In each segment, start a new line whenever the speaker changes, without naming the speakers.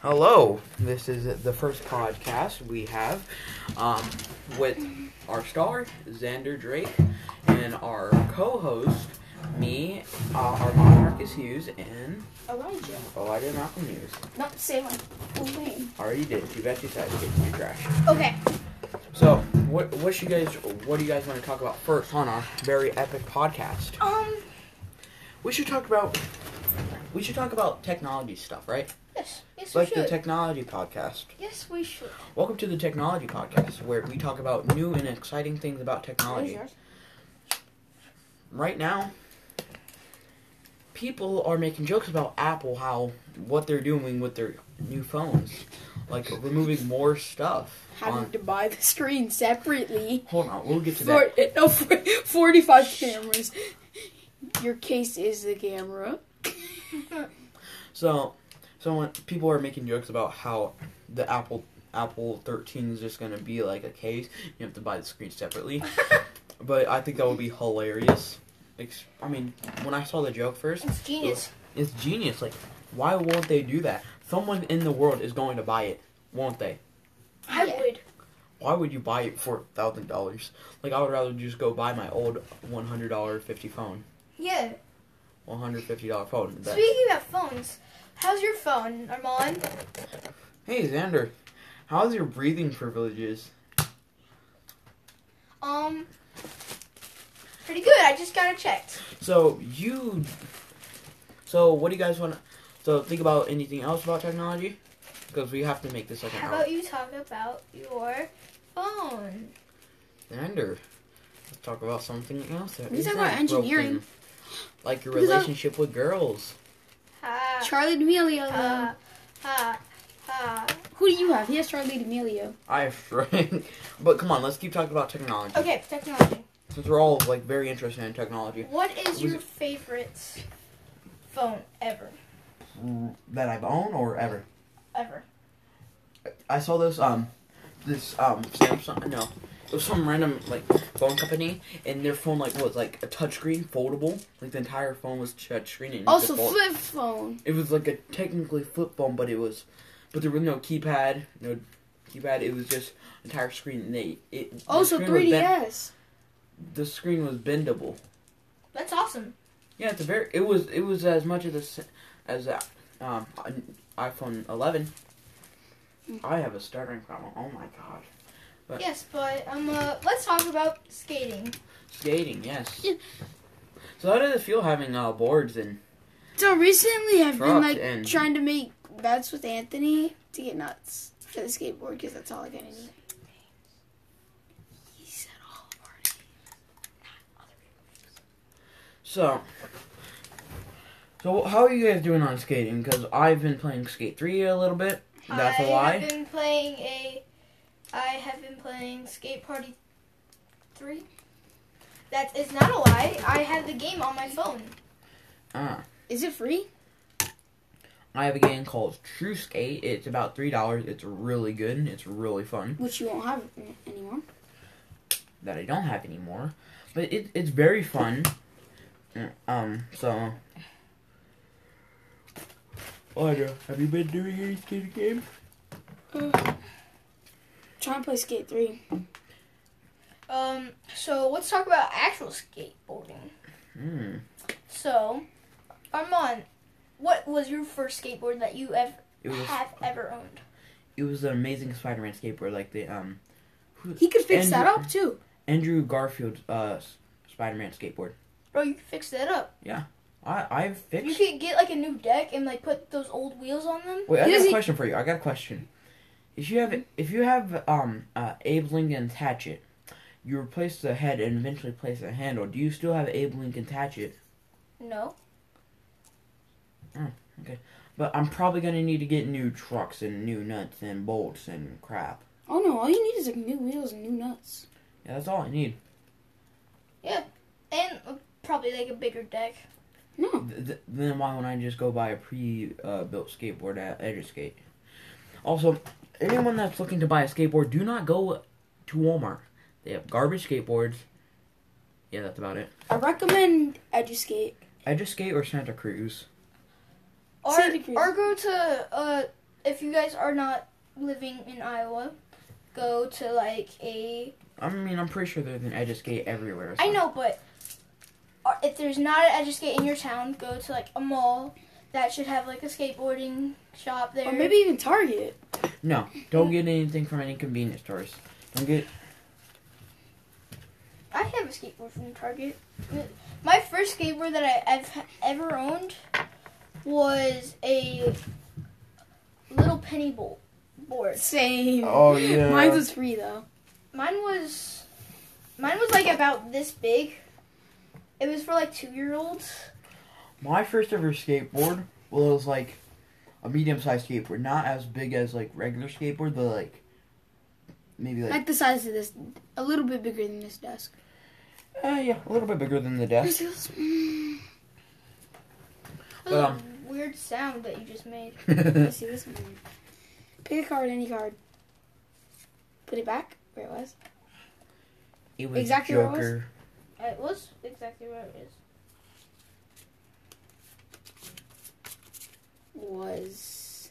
Hello. This is the first podcast we have um, with our star, Xander Drake, and our co host, me, uh, Armand Marcus Hughes, and oh,
Elijah. Oh,
Elijah Malcolm Hughes.
Not the same one. Full name.
Already did. You bet you said it. It's your trash.
Okay.
So, what, what you guys, what do you guys want to talk about first on our very epic podcast?
Um.
We should talk about, we should talk about technology stuff, right?
Yes. Yes,
Like
we
the
should.
technology podcast.
yes, we should.
Welcome to the Technology Podcast, where we talk about new and exciting things about technology. Right now, people are making jokes about Apple, how what they're doing with their new phones, like removing more stuff.
Having
on-
to buy the screen separately
hold on, we'll get to
for
that.
no, for, 45 cameras. Your case is the camera.
So, so when people are making jokes about how the Apple Apple 13 is just gonna be like a case. You have to buy the screen separately, but I think that would be hilarious. Ex- I mean, when I saw the joke first,
It's
genius. It's genius. Like, why won't they do that? Someone in the world is going to buy it, won't they?
I would.
Why would you buy it for thousand dollars? Like, I would rather just go buy my old one hundred dollar fifty phone,
Yeah.
one hundred fifty dollar phone. That-
Speaking about phones, how's your phone, Armand?
hey, Xander, how's your breathing privileges?
Um, pretty good. I just got it checked.
So you, so what do you guys want? to So think about anything else about technology, because we have to make this like an
How
hour.
about you talk about your phone?
Xander, let's talk about something else. that
We can
isn't
talk about engineering.
broken. Like your
Because I'm-
relationship with girls.
Ha
Charlie D'Amelio.
ha ha ha.
Who do you have? He has Charlie D'Amelio.
I shrink. But come on, let's keep talking about technology.
Okay, technology.
Since we're all like very interested in technology.
What is
Was
your
it-
favorite phone ever?
That I've owned or ever.
Ever?
I saw this um this um Samsung no. It was some random like phone company and their phone like was like a touchscreen foldable. Like the entire phone was touchscreen and you could
Also,
fold-
flip phone.
it was like a technically flip phone but it was but there was no keypad, no keypad, it was just entire screen and they it the
Also,
screen was bend-
3DS.
the screen was bendable.
That's awesome.
Yeah, it's a very. It was. It was as much as a, s- as a, um, an iPhone 11.
Mm.
I have a stuttering problem. Oh my god.
Yes, but um, uh, let's talk about skating.
Skating, yes.
Yeah.
So how does it feel having uh, boards and?
So recently, I've been
Dropped
like
in.
trying to make bets with Anthony to get nuts for the skateboard because that's all I got anyway. He said all of our names, not other
So. So how are you guys doing on skating? Because I've been playing Skate Three a little bit. That's
I
a lie.
have been playing a. I have been playing Skate Party 3. That is not a lie. I have the game on my phone.
Ah,
people. Is it free?
I have a game called True Skate. It's about three dollars. It's really good. It's really fun.
Which you won't have it anymore.
that I don't have anymore. But it, it's very fun. Um, so. Audra, have you been doing any skating games?
Trying to play Skate 3.
Um, so let's talk about actual skateboarding.
Hmm.
So, Armand, what was your first skateboard that you ever
It was
have ever owned?
it was an amazing Spider-Man skateboard, like the um
He could fix
And-
that up too.
Andrew Garfield's uh s- Spider-Man skateboard.
Bro, you could fix that up.
I I've
You
fixed.
could get like a new deck and like put those old wheels on them.
Wait, I
Here's
got a
the-
question for you. I got a question. If you have if you have um uh, Abe Lincoln's hatchet, you replace the head and eventually place the handle. Do you still have Abe Lincoln's hatchet?
No.
But I'm probably gonna need to get new trucks and new nuts and bolts and crap.
Oh no, all you need is like new wheels and new nuts.
Yeah, that's all I need.
And uh, probably like a bigger deck.
No.
Th- th- then why wouldn't I just go buy a pre-built skateboard at Eduskate? Also, anyone that's looking to buy a skateboard, do not go to Walmart. They have garbage skateboards. Yeah, that's about it.
I recommend Eduskate.
Eduskate or Santa Cruz.
Or,
Santa Cruz.
or go to uh, if you guys are not living in Iowa, go to like a.
I mean, I'm pretty sure there's an Edges Gate everywhere.
I know, but uh, if there's not an Eduscape in your town, go to like a mall that should have like a skateboarding shop there.
Or maybe even Target it.
No, don't get anything from any convenience stores. Don't get.
I have a skateboard from Target. My first skateboard that I ev- ever owned was a little penny bo- board.
Same.
Oh, yeah.
Mine was free though.
Mine was, mine was like about this big. It was for like two year olds.
My first ever skateboard was like a medium sized skateboard, not as big as like regular skateboard, but like maybe like
Like the size of this, a little bit bigger than this desk.
uh, yeah, a little bit bigger than the
Yours
desk.
feels- mm.
That was a
Um.
weird sound that you just made.
Let me see this one. Pick a card, any card. Put it back where it was.
it was
Exactly what it was?
Joker.
It was exactly what it is.
Was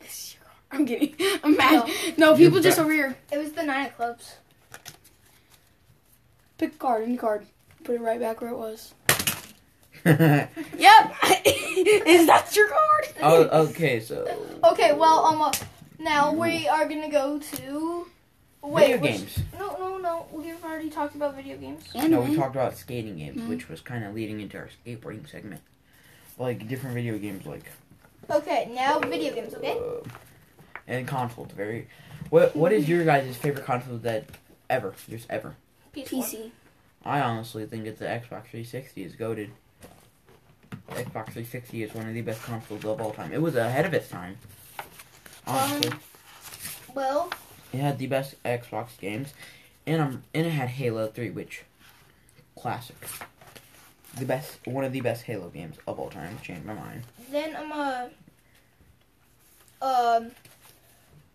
this is your card. I'm kidding. I'm mad. No,
You're
people just
back.
over here.
It was the nine of clubs.
Pick a card, any card. Put it right back where it was.
oh,
Yep. is that your card?
okay, so
Okay, well, um, uh, now we are gonna go to. Wait,
video
which-
games.
No, no, no. We've already talked about video games.
No, we talked about skating games,
Mm-hmm.
Mhm.
which was kind of leading into our skateboarding segment. Like different video games, like
Okay, now Oh, video games. Okay.
uh, and consoles. Very. What What is your guys' favorite console that ever, just ever?
PC.
I honestly think it's the Xbox 360 is goaded. Xbox 360 is one of the best consoles of all time. It was ahead of its time. Honestly,
Um, Well,
it had the best Xbox games, and um, and it had Halo 3, which classic. The best, one of the best Halo games of all time. Changed my mind.
then I'm uh. Um,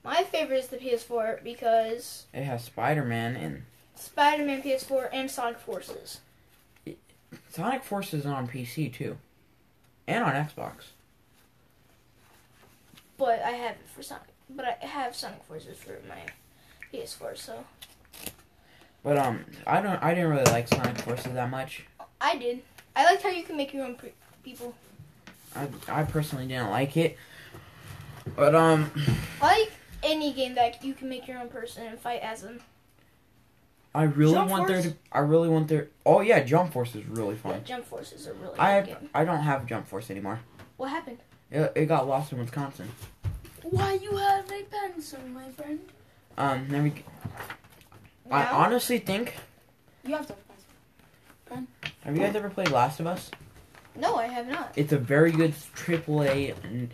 my favorite is the PS4 because
It has Spider-Man and
Spider-Man PS4 and Sonic Forces.
Sonic Forces is on PC too, and on Xbox.
But I have it for Sonic. But I have Sonic Forces for my PS4, so
But um, I don't, I didn't really like Sonic Forces that much.
I did. I liked how you can make your own pre- people.
I, I personally didn't like it. But um,
I like any game that you can make your own person and fight as them.
I really
Jump
want there
Force?
to. I really want there. Oh yeah, Jump Force is really fun.
Jump Force is a really
I
good
have,
game.
I don't have Jump Force anymore.
What happened?
It, it got lost in Wisconsin.
Why you have a pencil, my friend?
Um, then we, I
Now?
honestly think.
You have to have a pencil.
Have you guys ever played Last of Us?
no, I have not.
It's a very good AAA. And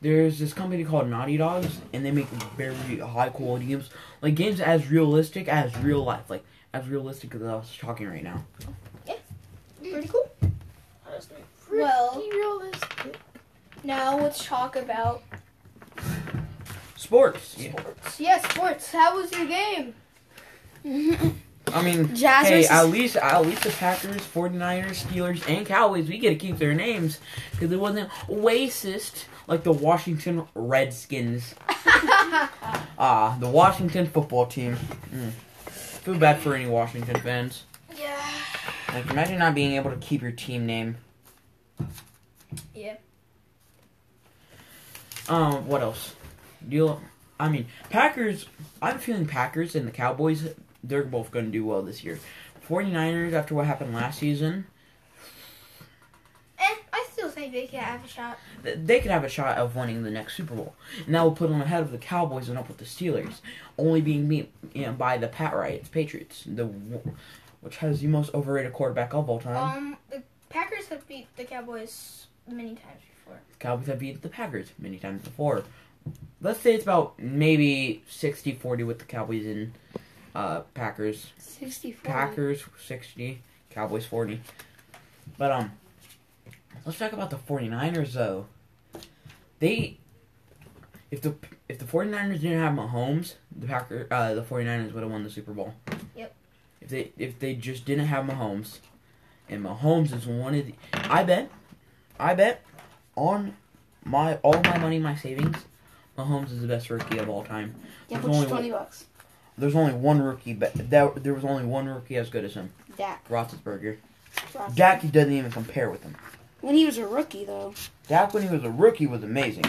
there's this company called Naughty Dogs, and they make very high quality games, like games as realistic as real life, like as realistic as I was talking right now.
Pretty cool. Well, now let's talk about
Sports. Yeah.
sports. Yeah, sports. How was your game?
I mean,
Jazz
hey,
versus-
at least at least the Packers, 49ers, Steelers, and Cowboys, we get to keep their names because it wasn't racist like the Washington Redskins. Ah, the Washington football team. Mm. Feel bad for any Washington fans.
Yeah.
Like, imagine not being able to keep your team name.
Yeah.
Um, what else? Do you? I mean, Packers. I'm feeling Packers and the Cowboys. They're both going to do well this year. 49ers after what happened last season.
Eh, I still think they can have a shot.
th- they could have a shot of winning the next Super Bowl. And that will put them ahead of the Cowboys and up with the Steelers, only being beat you know, by the Pat Riots, Patriots, the w- which has the most overrated quarterback of all time.
Um, the Packers have beat the Cowboys many times before.
Cowboys have beat the Packers many times before. Let's say it's about maybe 60-40 with the Cowboys and uh, Packers.
64.
Packers 60, Cowboys 40. But um let's talk about the 49ers though. They if the if the 49ers didn't have Mahomes, the Packer uh, the 49ers would have won the Super Bowl.
Yep.
If they if they just didn't have Mahomes, And Mahomes is one of the. I bet, I bet, on my all my money, my savings, Mahomes is the best rookie of all time.
Yeah,
There's
which is
only
20 bucks.
There's only one rookie, but that, there was only one rookie as good as him,
Dak.
Roethlisberger.
Ross.
Dak doesn't even compare with him.
When he was a rookie, though.
Dak when he was a rookie was amazing.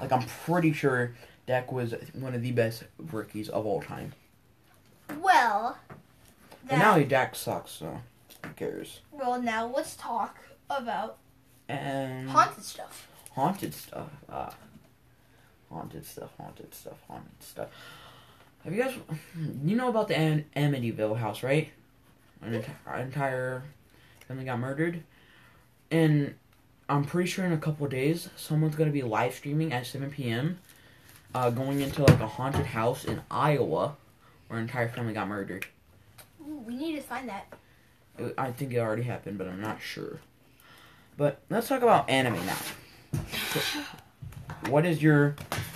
Like I'm pretty sure Dak was one of the best rookies of all time.
Well,
But now he Dak sucks, so who cares?
well, now let's talk about
And
haunted stuff.
haunted stuff. Uh, haunted stuff. Haunted stuff. Haunted stuff. Have you guys? hmm, You know about the Am- Amityville house, right? An entire, entire family got murdered, and I'm pretty sure in a couple days someone's gonna be live streaming at 7 p.m. Uh, going into like a haunted house in Iowa, where an entire family got murdered.
Ooh, we need to find that.
It- I think it already happened, but I'm not sure. But let's talk about anime now. So, what is your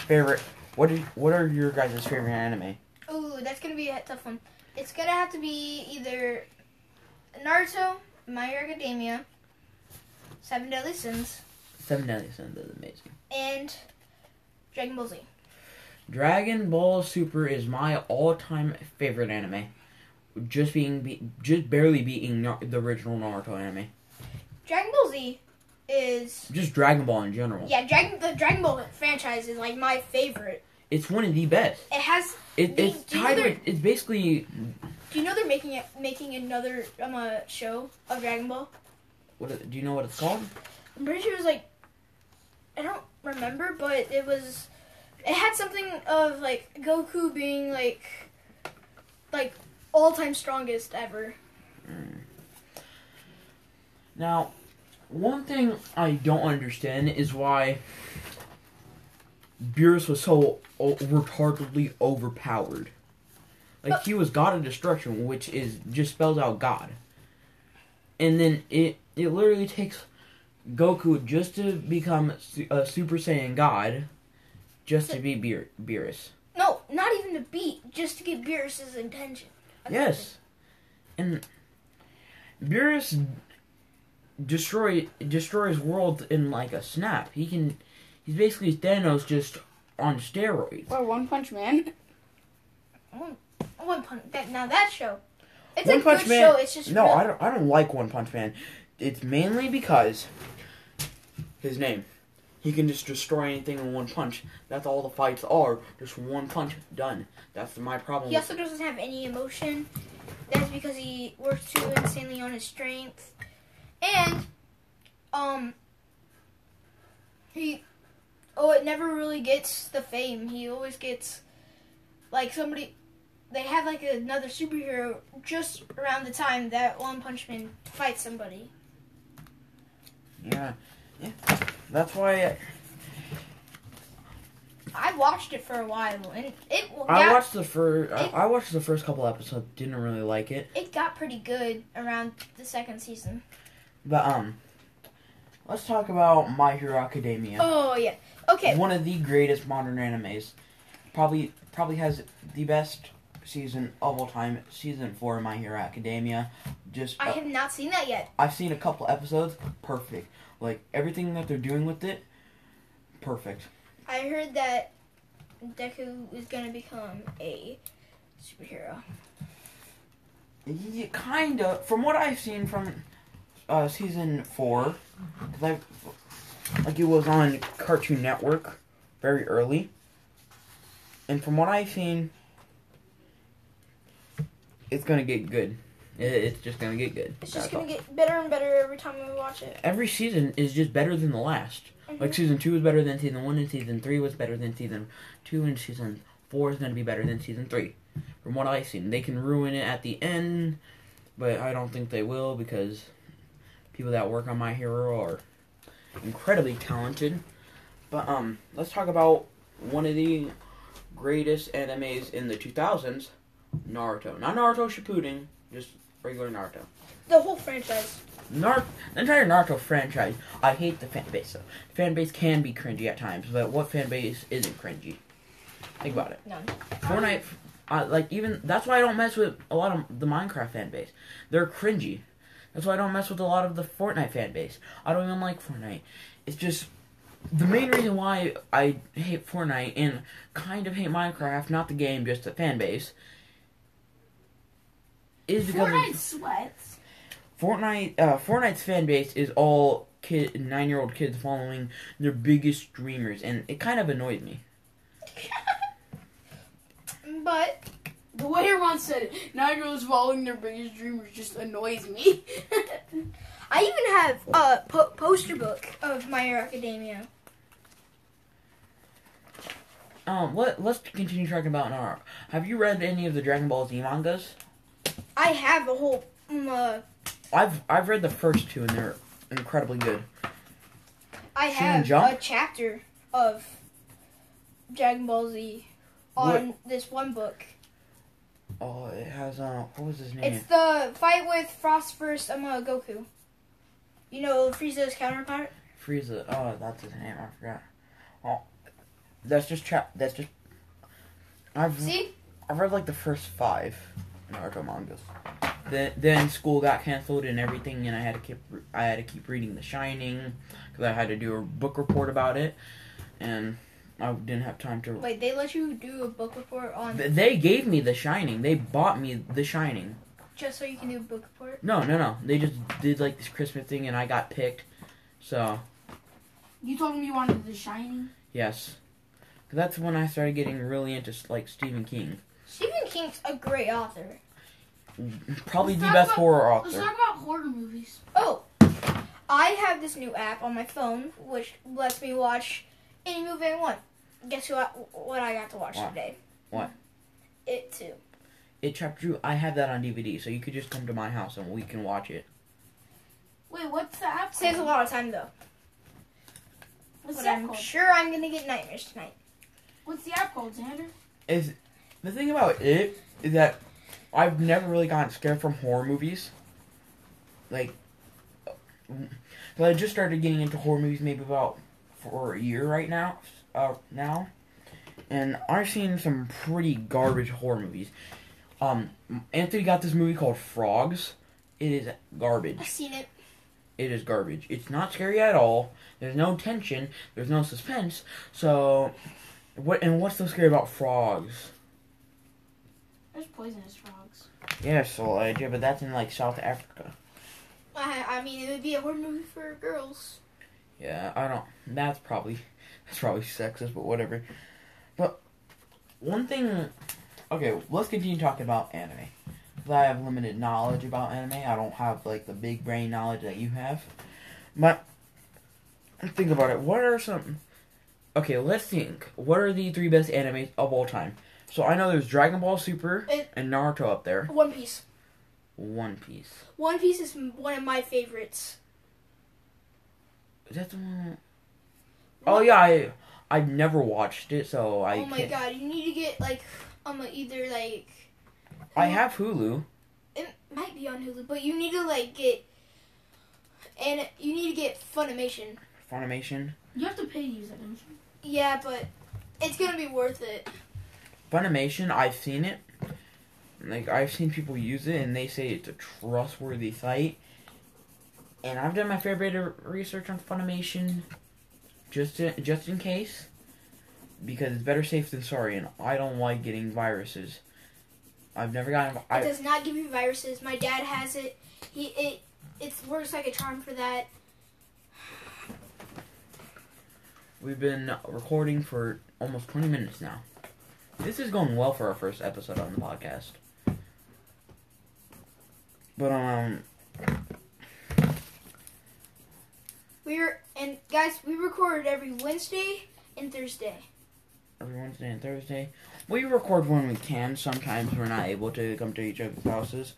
favorite? What is, What are your guys' favorite anime?
Ooh, that's gonna be a tough one. It's gonna have to be either Naruto, My Hero Academia, Seven Deadly Sins,
Seven Deadly Sins is amazing.
and Dragon Ball Z.
Dragon Ball Super is my all-time favorite anime, just being be, just barely beating Na- the original Naruto anime.
Dragon Ball Z is
Just Dragon Ball in general.
yeah, Dragon the Dragon Ball franchise is like my favorite.
It's one of the best.
It has.
It,
Do you-
it's
do you know
tied
there-
with. It's basically
Do you know they're making it making another um uh, show of Dragon Ball?
what? is- Do you know what it's called?
I'm pretty sure it was like I don't remember, but it was it had something of like Goku being like like all time strongest ever.
Now, one thing I don't understand is why Beerus was so o- retardedly overpowered. Like he was God of Destruction, which is just spells out God. And then it it literally takes Goku just to become su- a Super Saiyan God, just to be Beer- Beerus.
No, not even to beat, just to get Beerus's intention.
Yes. And Beerus destroy destroys worlds in like a snap. He can he's basically Thanos just on steroids.
Or One Punch Man.
One, one punch. That now that show. It's
One
a
Punch
good
Man-
show. It's just
No,
really-
I don't I don't like One Punch Man. It's mainly because his name. He can just destroy anything in one punch. That's all the fights are. Just one punch, done. That's my problem.
He
with-
also doesn't have any emotion. That's because he works too insanely on his strength. And, um, he, oh, it never really gets the fame. He always gets, like, somebody, they have, like, another superhero just around the time that One Punch Man fights somebody.
Yeah. yeah. That's why
I watched it for a while, and it,
I
got,
watched the first. I I watched the first couple episodes. Didn't really like it.
it got pretty good around the second season.
But um, let's talk about My Hero Academia.
Oh, yeah. Okay.
One of the greatest modern animes. Probably probably has the best season of all time. Season four of My Hero Academia. Just uh,
I have not seen that yet.
I've seen a couple episodes. Perfect. Like everything that they're doing with it. Perfect.
I heard that Deku is gonna become a superhero.
Yeah, kind of. From what I've seen from uh, season four, 'cause I've- like it was on Cartoon Network very early, and from what I've seen, it's gonna get good. It, it's just gonna get good.
It's just
That's
gonna
all.
get better and better every time we watch it. Mhm.
Every season is just better than the last.
Mm-hmm.
Like season two was better than season one, and season three was better than season two, and season four is gonna be better than season three. From what I've seen, they can ruin it at the end, but I don't think they will because people that work on My Hero are incredibly talented. But um, let's talk about one of the greatest animes in the 2000s, Naruto. Not Naruto Shippuden, just regular Naruto.
The whole franchise.
Nar- the entire Naruto franchise, I hate the fan base though. Fan base can be cringy at times, but what fan base isn't cringy? Think about it.
None.
Fortnite, I, like even that's why I don't mess with a lot of the Minecraft fan base. They're cringy. That's why I don't mess with a lot of the Fortnite fan base. I don't even like Fortnite. It's just the main reason why I hate Fortnite and kind of hate Minecraft, not the game, just the fan base, is because of-
Fortnite sweats.
Fortnite uh, Fortnite's fan base is all kid nine year old kids following their biggest streamers, and it kind of annoys me.
But
The way everyone said it, nine year olds following their biggest dreamers just annoys me.
I even have a po- poster book of My Hero Academia.
Um, let let's continue talking about Naruto. Have you read any of the Dragon Ball Z mangas?
I have a whole. Um, uh,
I've I've read the first two, and they're incredibly good.
I
Shonen
have
Jump?
a chapter of Dragon Ball Z on this one book.
Oh, it has uh, what was his name?
It's the fight with Frost versus um, uh, Goku. You know Frieza's counterpart.
Frieza. Oh, that's his name. I forgot. Oh, that's just chap. That's just. I've
See,
I've read like the first five Naruto mangas. Then, then school got canceled and everything, and I had to keep re- I had to keep reading The Shining because I had to do a book report about it, and I didn't have time to.
wait, they let you do a book report on
Th- They gave me The Shining. They bought me The Shining.
just so you can do a book report.
No, no, no. They just did like this Christmas thing, and I got picked. So
you told me you wanted The Shining.
yes, 'Cause that's when I started getting really into like Stephen King.
Stephen King's a great author.
Probably
Let's
the
talk
best
about-
horror
Let's
author.
talk about horror movies.
Oh, I have this new app on my phone which lets me watch any movie I want. Guess who? I, what I got to watch
What?
today?
What?
It too.
It Trap Drew, I have that on DVD, so you could just come to my house and we can watch it.
Wait, what's the app?
Saves a
called?
lot of time though.
What's
But
the app
I'm
called?
sure I'm gonna get nightmares tonight.
What's the app called, Xander?
Is the thing about it is that I've never really gotten scared from horror movies. Like, but I just started getting into horror movies maybe about for a year right now. Uh, now, and I've seen some pretty garbage horror movies. Um, Anthony got this movie called Frogs. It is garbage.
I've seen it.
it is garbage. It's not scary at all. There's no tension. There's no suspense. So, what? And what's so scary about frogs?
There's poisonous frogs.
Yes, Elijah, but that's in like South Africa.
I, I mean, it would be a horror movie for girls.
Yeah, I don't. That's probably that's probably sexist, but whatever. But one thing. Okay, let's continue talking about anime. 'Cause I have limited knowledge about anime. I don't have like the big brain knowledge that you have. But think about it. What are some? Okay, let's think. What are the three best animes of all time? So I know there's Dragon Ball Super
It-
and Naruto up there.
One Piece.
One Piece.
One Piece is m- one of my favorites.
Is that the one? Oh yeah, I I've never watched it, so I
oh my
can't.
god, you need to get like um either like
I have Hulu.
it might be on Hulu, but you need to like get and you need to get Funimation.
Funimation.
You have to pay to use that, don't you?
Yeah, but it's gonna be worth it.
Funimation, I've seen it. Like I've seen people use it and they say it's a trustworthy site. And I've done my fair bit of research on Funimation just to, just in case because it's better safe than sorry and I don't like getting viruses. I've never gotten
it
I
does not give you viruses. My dad has it. He it it works like a charm for that.
We've been recording for almost 20 minutes now. This is going well for our first episode on the podcast. But, um,
We're and guys, we record every Wednesday and Thursday.
every Wednesday and Thursday, we record when we can. Sometimes we're not able to come to each other's houses.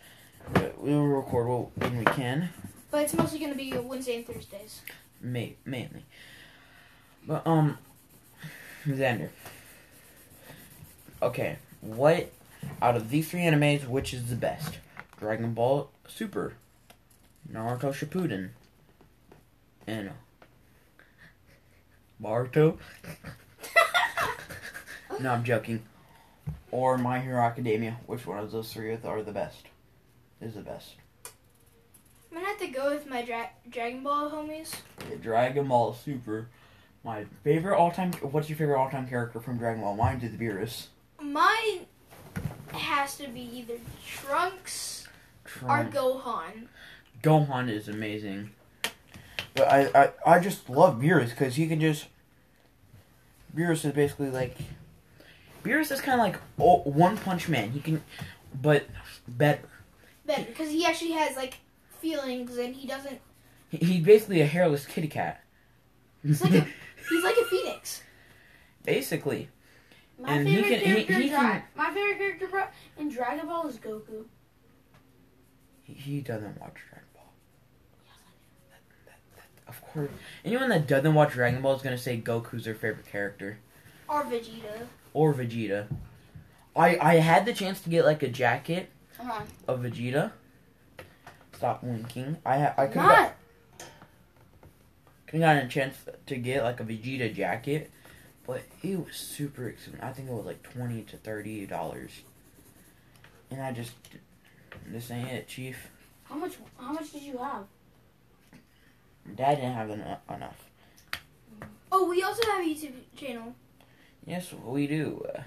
But we'll record wh- when we can,
But it's mostly gonna be Wednesday and Thursdays.
ma- mainly. But, um, Xander. Okay, what out of these three animes, which is the best? Dragon Ball Super, Naruto Shippuden, and Naruto. no, I'm joking. Or My Hero Academia. Which one of those three are the best? Is the best?
I'm gonna have to go with my dra- Dragon Ball homies.
Dragon Ball Super. My favorite all-time. What's your favorite all-time character from Dragon Ball? Mine is Beerus.
Mine has to be either Trunks or
Trunks.
Gohan.
Gohan is amazing. But I, I, I just love Beerus because he can just. Beerus is basically like. Beerus is kind of like oh, One Punch Man. He can, but better.
Better because he actually has like feelings and he doesn't.
He, he's basically a hairless kitty cat.
He's like a he's like a phoenix.
basically,
My
And he
favorite
can- he-
character
he
in Dra-
can-
my favorite character pro- in Dragon Ball is Goku.
he, he doesn't watch Dragon Ball. Of course, anyone that doesn't watch Dragon Ball is gonna say Goku's their favorite character.
Or Vegeta.
or Vegeta. I I had the chance to get like a jacket
Uh-huh.
of Vegeta. Stop winking. I ha- I could
Not
have gotten a chance to get like a Vegeta jacket, but it was super expensive. I think it was like twenty to thirty dollars, and I just this ain't it, Chief.
how much? How much did you have?
Dad didn't have enough. enough.
Oh, we also have a YouTube channel,
Yes, we do. Uh,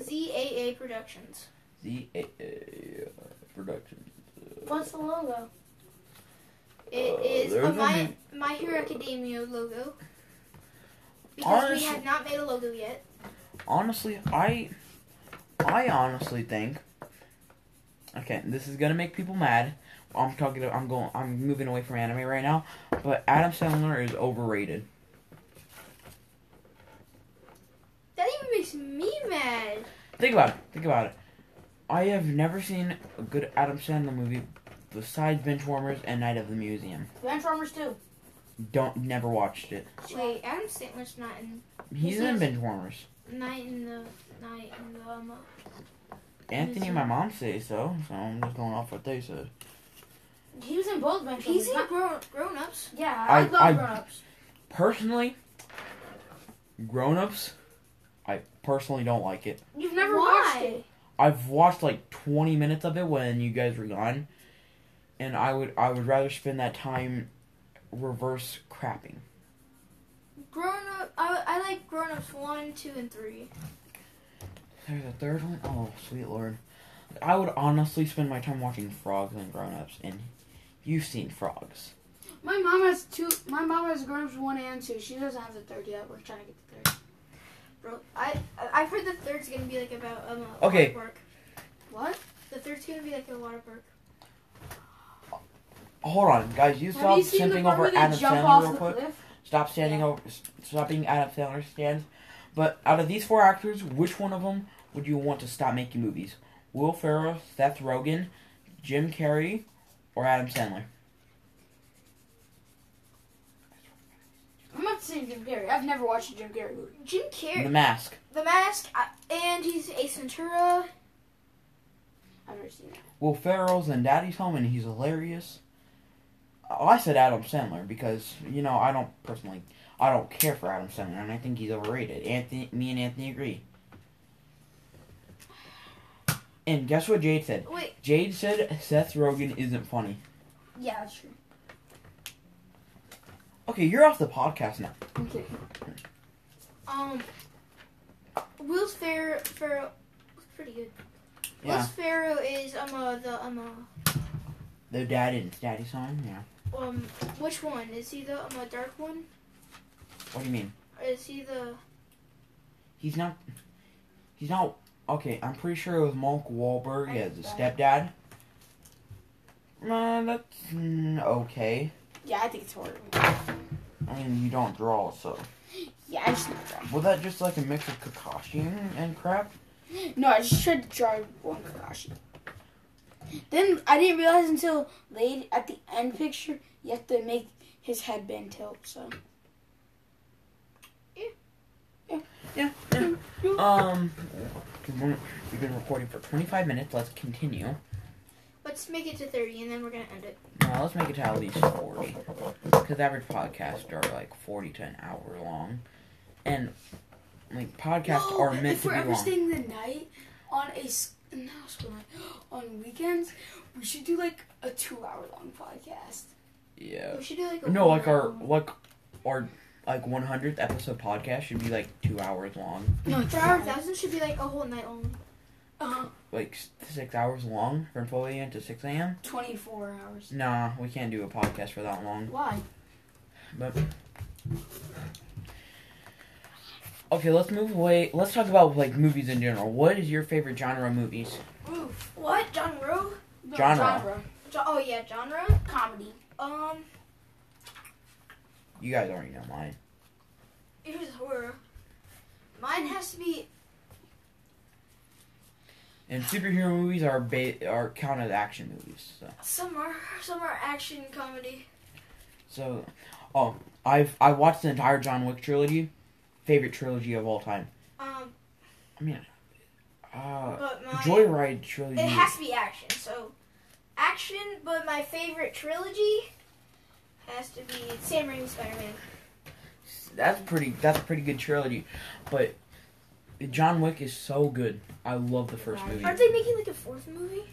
ZAA Productions.
the uh, uh, production.
What's the logo?
Uh,
It is
there's
a
a
My
new-
My Hero Academia logo. Because
Honestly-
we have not made a logo yet.
honestly, I, I honestly think. Okay, this is gonna make people mad. I'm talking. I'm going. I'm moving away from anime right now. But Adam Sandler is overrated.
That even makes me mad.
Think about it. Think about it. I have never seen a good Adam Sandler movie besides Benchwarmers and Night of the Museum.
Benchwarmers too.
Don't never watched it.
Wait, Adam Sandler's not in
He's in Benchwarmers.
night in the night in the um,
Anthony, and my mom say so, so I'm just going off what they said.
He was in both Benchwarmers.
He's in
not-
grown grown ups.
yeah, I,
I- I-
love Grown Ups.
Personally, grown ups, I personally don't like it.
You've never
Why?
watched it.
I've watched like 20 minutes of it when you guys were gone, and I would I would rather spend that time reverse crapping.
Grown up. I, I like grown ups one, two, and three.
There's a third one. Oh, sweet lord. I would honestly spend my time watching frogs and grown-ups, and you've seen frogs.
My mom has two. My mom has Grown Ups one and two. She doesn't have the third yet. We're trying to get the third.
Bro, I I- I've heard the third's gonna be like about um, a
Okay.
water park.
What?
The third's gonna be like a water park.
Hold on, guys. You
have
stop
you seen the
simping
part
over
where they
Adam
jump
Sandler
off
real
the
quick.
cliff?
Stop standing over. s- Stop being Adam Sandler stands. But out of these four actors, which one of them would you want to stop making movies? Will Ferrell, Seth Rogen, Jim Carrey, or Adam Sandler?
I'm not saying Jim Carrey. I've never watched a Jim Carrey movie.
Jim
The
Carrey,
Mask.
The Mask, I, and he's Ace Ventura.
I've never seen it.
Will Ferrell's in Daddy's Home, and he's hilarious. Oh, I said Adam Sandler because you know I don't personally, I don't care for Adam Sandler, and I think he's overrated. Anthony, me and Anthony agree. And guess what Jade said?
Wait,
Jade said Seth Rogen isn't funny.
Yeah, that's true.
Okay, you're off the podcast now.
Okay.
um, Will Fer- Ferrell was pretty good. Will
Yeah,
Ferrell is um uh, the um uh,
the dad in Daddy's Home. Yeah.
um which one is he the um uh, dark one?
What do you mean?
Or is he the
He's not. He's not. Okay, I'm pretty sure it was Mark Wahlberg as a stepdad. Uh, that's mm, okay.
Yeah, I think it's horrible.
I mean, you don't draw, so.
Yeah, I just never draw.
Was that just like a mix of Kakashi and- and crap?
No, I just tried to draw one Kakashi. Then I didn't realize until late at the end picture, you have to make his headband tilt. So
Um, we've been recording for 25 minutes. Let's continue.
Let's make it to 30 and then we're going to end it.
Now let's make it to at least 40. Because average podcasts are like 40 to an hour long. And, like, podcasts are meant
if
to
we're
be
ever
long.
staying the night on a s-
And now, so like, on weekends, we should do like a two-hour-long podcast.
Yeah.
We should do like a
Uh, No, like our
one-hour one.
like our like 100th episode podcast should be like two hours long,
No,
For our thousand should be like a whole night only.
uh,
like s- six hours long from 12 a.m. to 6 a.m.
twenty-four hours.
Nah, we can't do a podcast for that long.
Why?
But okay, let's move away. Let's talk about like movies in general. What is your favorite genre of movies?
Oof. What genre?
No,
Genre.
Jo- oh yeah, genre.
Comedy.
Um,
You guys already know mine.
it was horror. Mine has to be
And superhero movies are ba- are counted as action movies. So,
summer, summer action comedy.
so oh, I've I watched the entire John Wick trilogy, favorite trilogy of all time.
Um,
I mean, uh,
but my
Joyride trilogy.
it has to be action. So action, but my favorite trilogy has to be Sam Raimi Spider-Man.
That's pretty. That's a pretty good trilogy, but John Wick is so good. I love the first movie.
Aren't they making like a fourth movie?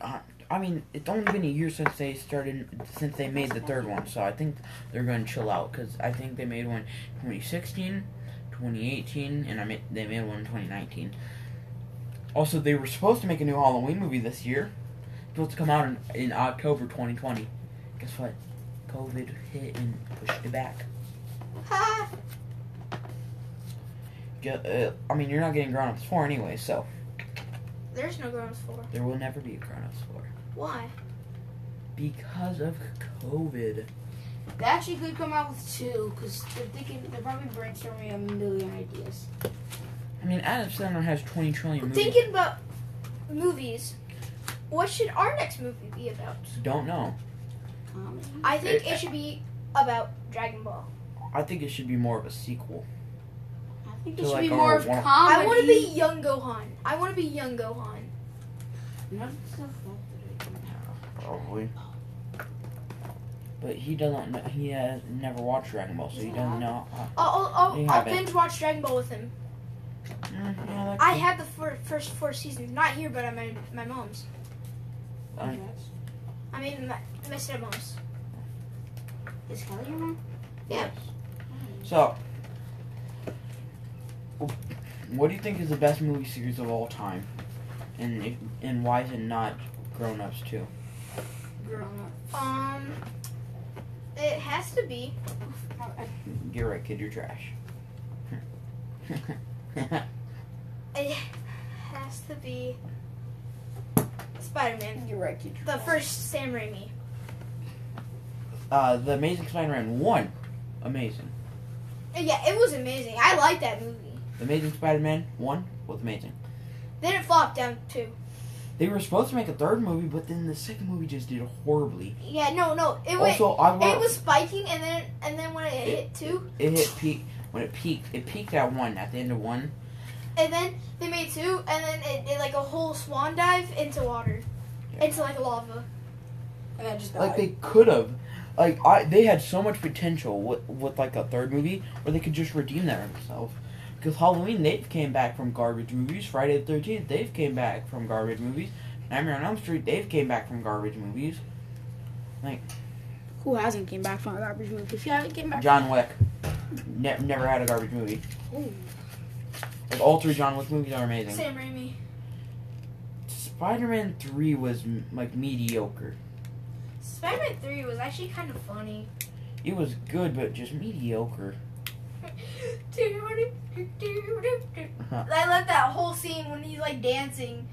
I- I mean, it's only been a year since they started, since they made the third one, so I think they're going to chill out, because I think they made one 2016, 2018, and I made, they made one in 2019. Also, they were supposed to make a new Halloween movie this year, supposed to come out in, in October 2020. Guess what? COVID hit and pushed it back.
Ha!
Ju- uh, I mean, you're not getting Grown Ups 4 anyway, so
There's no Grown Ups Four.
there will never be a Grown Ups 4.
Why?
Because of COVID.
They actually could come out with two because they're thinking they're probably brainstorming a million ideas.
I mean, Adam Sandler has 20 trillion movies.
Thinking about movies. What should our next movie be about?
Don't know.
Comedy.
I think it should be about Dragon Ball.
I think it should be more of a sequel.
I think
To,
it should
like,
be
our
more of
one-
comedy.
I want to be young Gohan. I want to be young Gohan.
Not stuff like that.
Probably. But he doesn't. kn- He has never watched Dragon Ball, so he doesn't know. Uh,
I'll, I'll,
You
I'll, I'll
have it.
binge watch Dragon Ball with him.
mm, yeah, that
I
could-
had the fir- first four seasons, not here, but at my, my mom's.
I-
I mean, my, my stepmom's.
Is Kelly your mom?
Yeah.
So, what do you think is the best movie series of all time, and if, and why is it not Grown Ups too?
Grown up.
Um, it has to be.
You're right, kid. You're trash.
It has to be. Spider Man.
You're right, kid.
The first Sam Raimi.
uh, the Amazing Spider-Man one, amazing.
Uh, Yeah, it was amazing. I liked that movie.
The Amazing Spider-Man one was amazing.
Then it flopped down too.
They were supposed to make a third movie, but then the second movie just did horribly.
Yeah, no, no. It went.
also, I
It
want
was spiking, and then and then when it hit two,
it hit peak when it peaked. It peaked at one at the end of one.
and then they made two, and then it did like a whole swan dive into water, into like lava.
And I just died.
Like they could have, like I they had so much potential with with like a third movie where they could just redeem themselves. Because Halloween they've came back from garbage movies. Friday the Thirteenth they've came back from garbage movies. Nightmare on Elm Street they've came back from garbage movies.
Who hasn't came back from a garbage movie? If you haven't came back,
John Wick ne- never had a garbage movie.
Ooh.
Like all three John Wick movies are amazing.
Sam Raimi.
Spider-Man Three was m- like mediocre.
Spider-Man Three was actually kind of funny.
It was good, but just mediocre.
I love that whole scene when he's like dancing.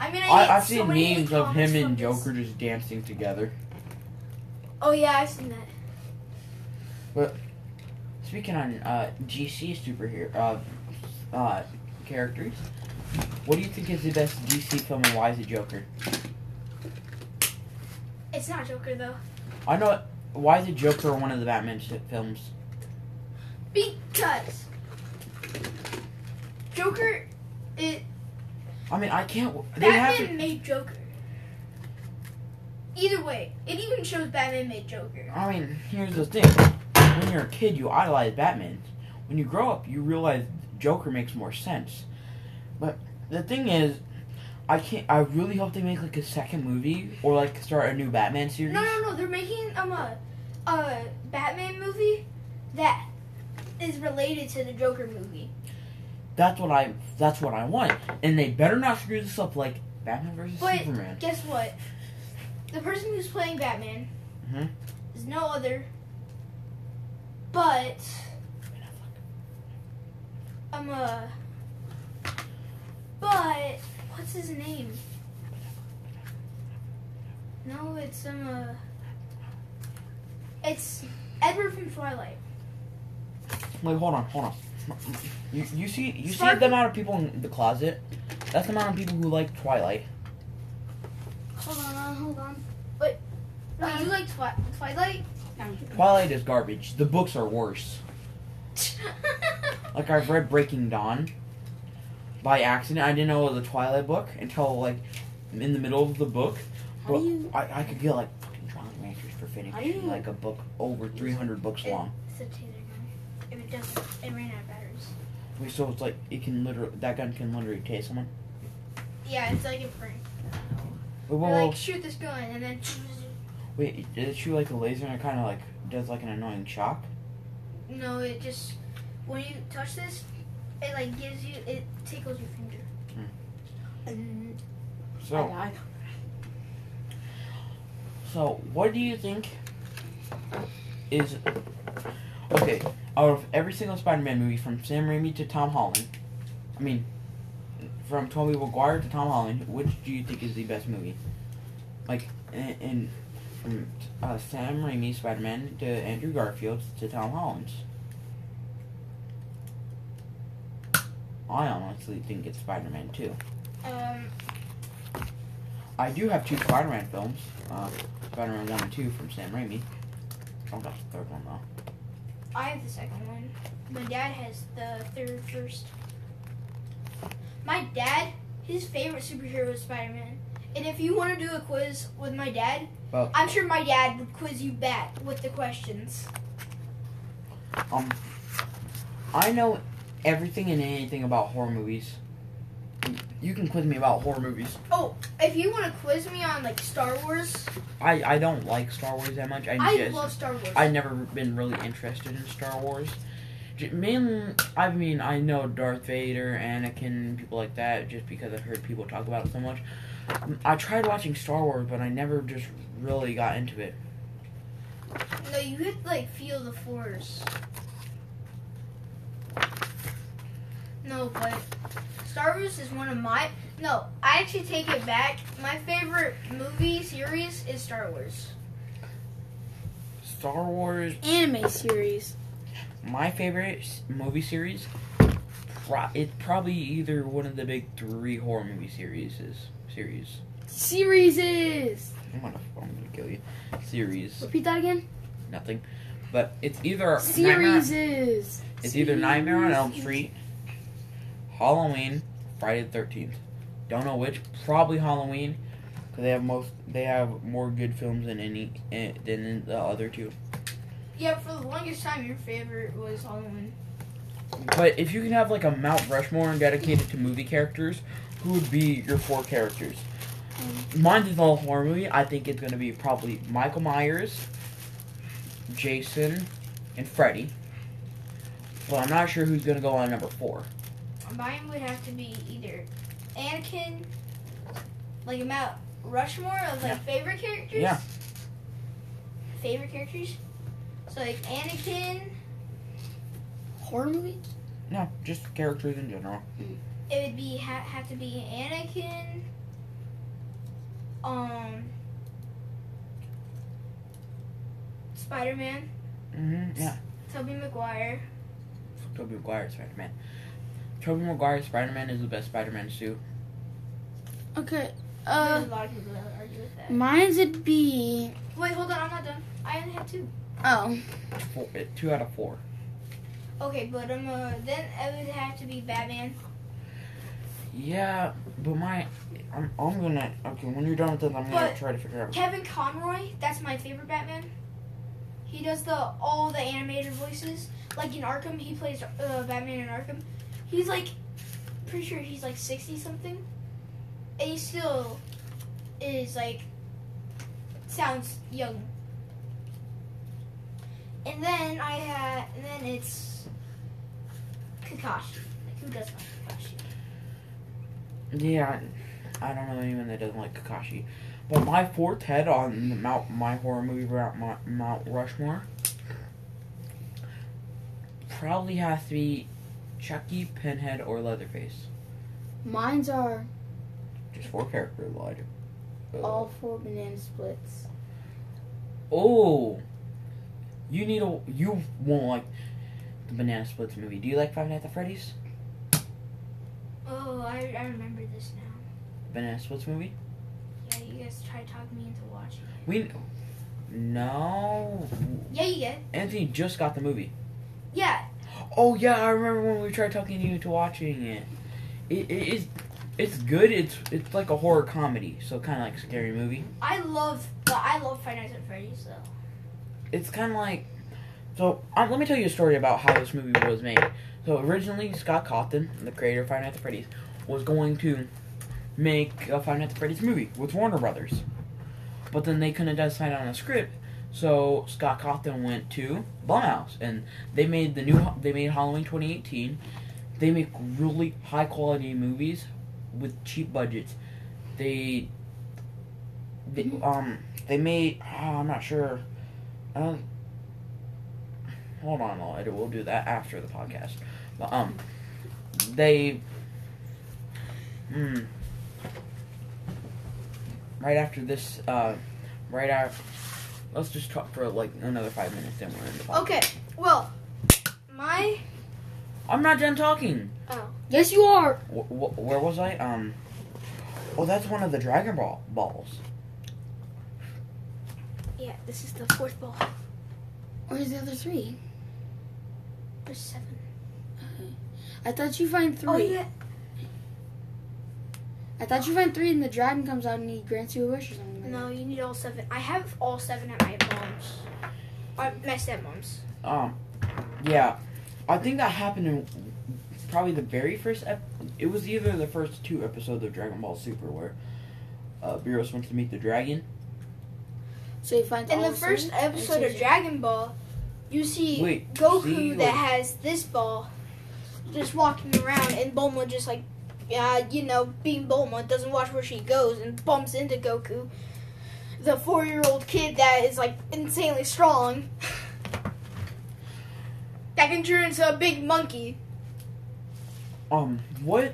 I mean, I,
I,
get
I've
so
seen
many
memes of
comments
him and
from this.
Joker just dancing together.
Oh yeah, I've seen that.
Speaking on uh, GC superhero uh, uh, characters, what do you think is the best DC film and why is it Joker?
It's not Joker though,
I know why is it Joker one of the Batman si- films?
because Joker. It
I mean, I can't. They have
Batman
to.
made Joker. Either way, it even shows Batman made Joker.
I mean, here's the thing: when you're a kid, you idolize Batman. When you grow up, you realize Joker makes more sense. But the thing is, I can't. I really hope they make like a second movie or like start a new Batman series.
No, no, no. They're making um a, a Batman movie that is related to the Joker movie.
That's what I. That's what I want. And they better not screw this up like Batman versus
But-
Superman.
Guess what? The person who's playing Batman
Mhm.
is no other, but um uh, but what's his name? No, it's um uh, it's Edward from Twilight.
Wait, hold on, hold on. You, you see you see
Spark-
the amount of people in the closet. That's the amount of people who like Twilight.
Hold on, hold on.
uh, Wait, you like Twi- Twilight?
Twilight is garbage. The books are worse. Like I've read Breaking Dawn by accident. I didn't know it was a Twilight book until like in the middle of the book.
How
But
do you-
I, I could get like fucking John Ranchers for
How
finishing
do you-
like a book over three hundred books
It-
long.
it's a taser gun. If it doesn't, it ran out of batteries.
Wait, so it's like it can literally that gun can literally tase someone.
Yeah, it's like a prank.
Wait,
They
whoa, whoa.
like shoot this gun and then
wait, did it shoot like a laser and it kind of like does like an annoying shock?
no, it just when you touch this, it like gives you it tickles your finger.
um,
So. So, what do you think is okay? Out of every single Spider-Man movie, from Sam Raimi to Tom Holland, I mean, from Tobey Maguire to Tom Holland, which do you think is the best movie? Like, in, in from uh, Sam Raimi Spider-Man to Andrew Garfield's to Tom Holland's. I honestly think it's Spider-Man too.
Um,
I do have two Spider-Man films. Uh, Spider-Man 1 and 2 from Sam Raimi. I don't got the third one, though.
I have the second one. My dad has the third first. My dad, his favorite superhero is Spider-Man. And if you want to do a quiz with my dad,
Well-
I'm sure my dad would quiz you back with the questions.
Um, I know everything and anything about horror movies. You can quiz me about horror movies.
If you want to quiz me on like Star Wars,
I, I don't like Star Wars that much. I,
I
just,
love Star Wars.
I've never been really interested in Star Wars. J- Mainly, I mean, I know Darth Vader, Anakin, people like that, just because I've heard people talk about it so much. Um, I tried watching Star Wars, but I never just really got into it.
No, you have to like feel the force. No, but Star Wars is one of my. No, I actually take it back. My favorite movie series is Star Wars.
Star Wars
Anime series.
my favorite s- movie series pro- it's probably either one of the big three horror movie series series
Series is.
i'm gonna, I'm gonna kill you series
Repeat that again.
nothing but it's either Nightmare,
Series is.
it's either nightmare on elm street halloween friday the 13th don't know which probably halloween because they have most they have more good films than any eh, than the other two
Yeah, for the longest time, your favorite was Halloween.
But if you can have like a Mount Rushmore dedicated to movie characters, who would be your four characters? Mine is all horror movie. I think it's gonna be probably Michael Myers, Jason, and Freddy. But I'm not sure who's gonna go on number four.
Mine would have to be either Anakin, like Mount Rushmore of
Yeah.
like favorite characters.
Yeah.
Favorite characters. So like Anakin,
Horror movie?
No, just characters in general.
it would be ha- have to be Anakin. Um. Spider Man,
hmm Yeah,
Tobey Maguire.
Tobey Maguire Spider Man. Tobey Maguire Spider Man is the best Spider Man suit.
Okay.
There's
Uh,
a lot of people that argue with that.
mine's would be.
Wait, hold on, I'm not done. I only have two.
Oh.
Four, eh, two out of four.
Okay, but um, uh, then it would have to be Batman.
Yeah, but my, I'm, I'm gonna. Okay, when you're done with this, I'm gonna
But-
try to figure out.
Kevin Conroy, that's my favorite Batman. He does the all the animated voices. Like in Arkham, he plays uh, Batman in Arkham. He's like, pretty sure he's like sixty something. he still is like sounds young. And then I had, and then it's Kakashi. Like who doesn't like Kakashi?
Yeah, I don't know anyone that doesn't like Kakashi. But my fourth head on the Mount my horror movie Mount, my, Mount Rushmore probably has to be Chucky, Pinhead, or Leatherface.
Mine's are
Just four Uh, character wide.
all four banana splits.
Oh, you need a you won't like the Banana Splits movie. Do you like Five Nights at Freddy's?
Oh, I, I remember this now.
Banana Splits movie?
Yeah, you guys tried talking me into watching it.
We no.
Yeah, you did.
Anthony just got the movie.
Yeah,
Oh yeah, I remember when we tried talking you into watching it. It, it is it's good. It's it's like a horror comedy, so kind of like scary movie.
I love, but I love Five Nights at Freddy's though.
It's kind of like so. Um, let me tell you a story about how this movie was made. So originally, Scott Cawthon, the creator of Five Nights at Freddy's, was going to make a Five Nights at Freddy's movie with Warner Brothers, but then they couldn't decide on a script. So Scott Cawthon went to Blumhouse, and they made the new. They made Halloween 2018. They make really high quality movies with cheap budgets. They, they um, they made. ah, I'm not sure. Um, hold on, I'll edit. We'll do that after the podcast. But um, they, hmm, right after this, uh, right after. Let's just talk for like another five minutes, then we're in the podcast.
Okay, well, my
I'm not done talking.
Yes, you are.
Wh- wh- where was I? Um. Oh, that's one of the Dragon Ball balls.
yeah, this is the fourth ball.
Where's the other three?
There's seven.
I thought you find three.
Oh yeah,
I thought you find three, and the dragon comes out and he grants you a wish or something. like
no, you need all seven. I have all seven at my mom's. Uh, my stepmom's.
Um. Yeah, I think that happened in probably the very first. Ep- it was either the first two episodes of Dragon Ball Super where uh, Beerus went to meet the dragon.
that. So you find
In
all
Oh,
the first
seven?
episode
Excuse
of
me.
Dragon Ball, you see
Wait,
Goku
see,
that
like-
has this ball just walking around, and Bulma just like, uh, you know, being Bulma, doesn't watch where she goes and bumps into Goku, the four year old kid that is like insanely strong, that can turn into a big monkey.
Um. What?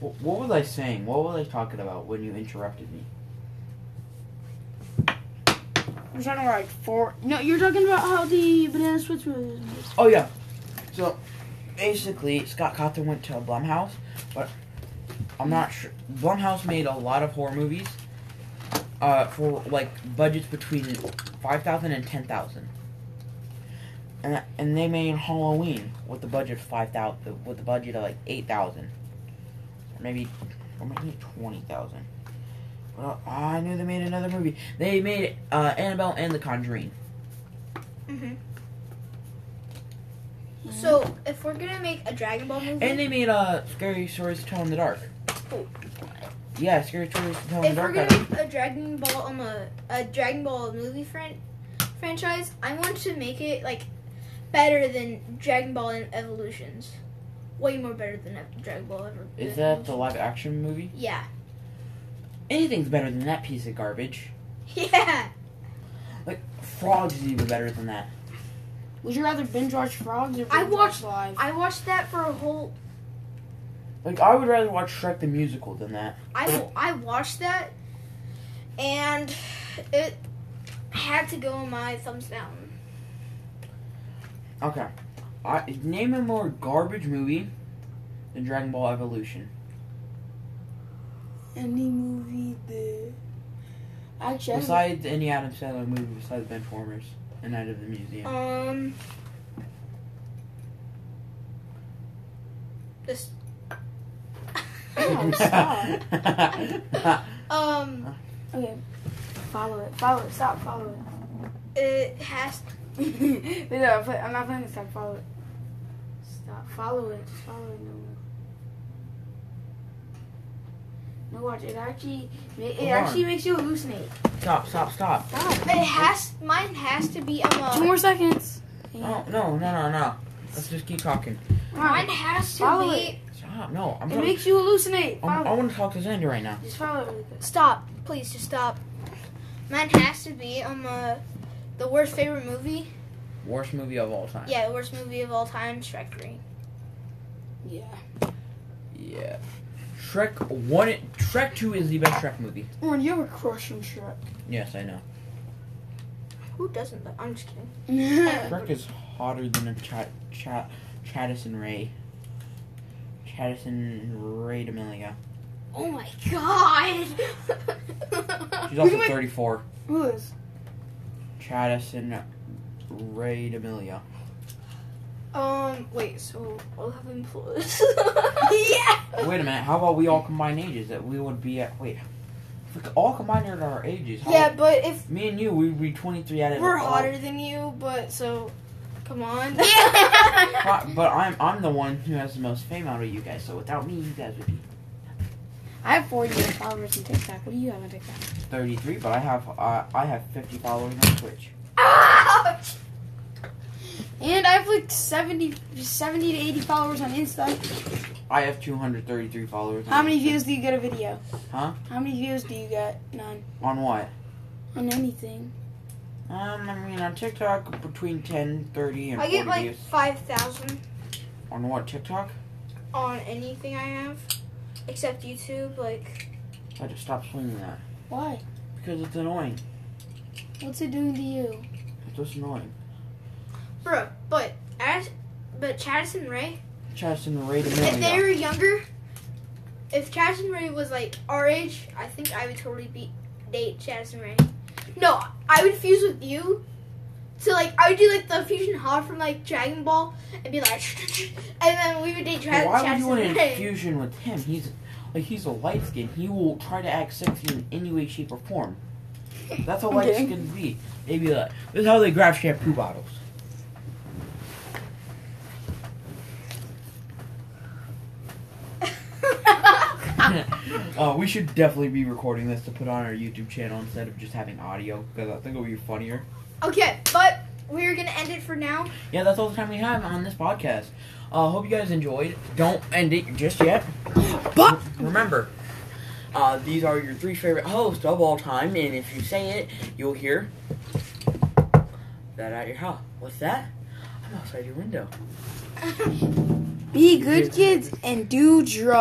wh- What was I saying? What was I talking about when you interrupted me?
I'm trying to like four. No, you're talking about how the banana splits were.
Oh yeah. So basically, Scott Cawthon went to Blumhouse, but I'm not sure. Blumhouse made a lot of horror movies, uh, for like budgets between five thousand and ten thousand, and and they made Halloween with the budget of five thousand, with the budget of like eight thousand, or maybe or maybe twenty thousand. Well, I knew they made another movie. They made uh, Annabelle and The Conjuring.
So if we're gonna make a Dragon Ball movie,
And they made uh, scary stories to tell in the dark.
Oh.
Yeah, scary stories to tell in
if
the
we're
dark.
gonna make a Dragon Ball um a, a Dragon Ball movie fran- franchise, I want to make it like better than Dragon Ball and Evolutions. Way more better than Ev- Dragon Ball ever.
Is that the live action movie?
Yeah.
Anything's better than that piece of garbage.
Yeah.
Like frogs is even better than that.
Would you rather binge watch frogs or binge
I
watch
watched-
live?
I watched that for a whole.
Like I would rather watch Shrek the musical than that.
I w- I watched that, and it had to go on my thumbs down.
Okay. I name a more garbage movie than Dragon Ball Evolution.
Any movie the. Actually, I don't-
Besides any Adam Sandler movie besides Transformers and Night of the Museum.
Um. This.
Oh, stop.
um.
Okay. Follow it. Follow it. Stop. Follow it.
It has.
Wait, no, I'm, play- I'm not playing this time. Follow it. Stop. Follow it. Just follow it. No more.
No, watch it actually ma- it
Hold
actually
on.
makes you hallucinate.
Stop, stop, stop.
Stop.
It has. Mine has to be. um,
Two
I'm a.
more seconds.
No, Oh, no, no, no, no. Let's just keep talking.
uh, Mine has to
Follow
be.
Stop. No, I'm
It
gonna,
makes you hallucinate.
I'm,
Follow-
I want to talk to Xander right now.
Just follow it really quick.
Stop. Please just stop. Mine has to be. I'm a. The worst favorite movie.
Worst movie of all time.
Yeah, the worst movie of all time, Shrek Three.
Yeah.
Yeah. Shrek one. Shrek two is the best Shrek movie.
Or you were crushing Shrek.
Yes, I know.
Who doesn't? though? I'm just kidding.
Shrek is hotter than a chat chat Chattis and Ray. Chattis and Ray D'Amelio.
Oh my god.
She's also
Wait, wait.
34.
Who is?
Chattis and Ray D'Amelio.
um. Wait. So all have employees.
Wait a minute. How about we all combine ages? That we would be at. Wait. If we could all combine at our ages. How
Yeah, but if
Me and you, we'd be 23 out of
we're
all-
hotter than you, but so, come on.
Hi- But I'm I'm the one who has the most fame out of you guys. So without me, you guys would be
I have 40 million followers on TikTok. What do you have on TikTok?
33. But I have uh, I have 50 followers on Twitch.
Ouch!
And I have like 70, 70 to 80 followers on Insta.
I have 233 followers.
How
on
many
Twitch.
views do you get a video?
Huh?
How many views do you get? None.
On what?
On anything.
Um, I mean on TikTok between 10, 30, and
I
40
get like
views.
five thousand
On what TikTok?
on anything I have, except YouTube. Like,
I just stopped swinging that
Why?
because it's annoying.
What's it doing to you?
It's just annoying.
bro, but as but Chadis and Ray,
Chess and Ray
if they
D'Amelio.
were younger, if Chadis and Ray was like our age, I think I would totally be date Chadis and Ray. No, I would fuse with you. So like I would do like the fusion hot from like Dragon Ball and be like, and then we would date Chad.
Why would
Chadis
you want
and
an
Ray.
infusion with him? He's like he's a light skin. He will try to act sexy in any way, shape, or form. That's how light
Okay.
skin be. They be like, this is how they grab shampoo bottles.
Ah.
uh, we should definitely be recording this to put on our YouTube channel instead of just having audio because I think it would be funnier.
Okay, but we're gonna end it for now.
Yeah, that's all the time we have on this podcast. Uh, hope you guys enjoyed. Don't end it just yet. But remember, uh, these are your three favorite hosts of all time, and if you say it, you'll hear that at your house. What's that? I'm outside your window.
Be good kids and do drugs.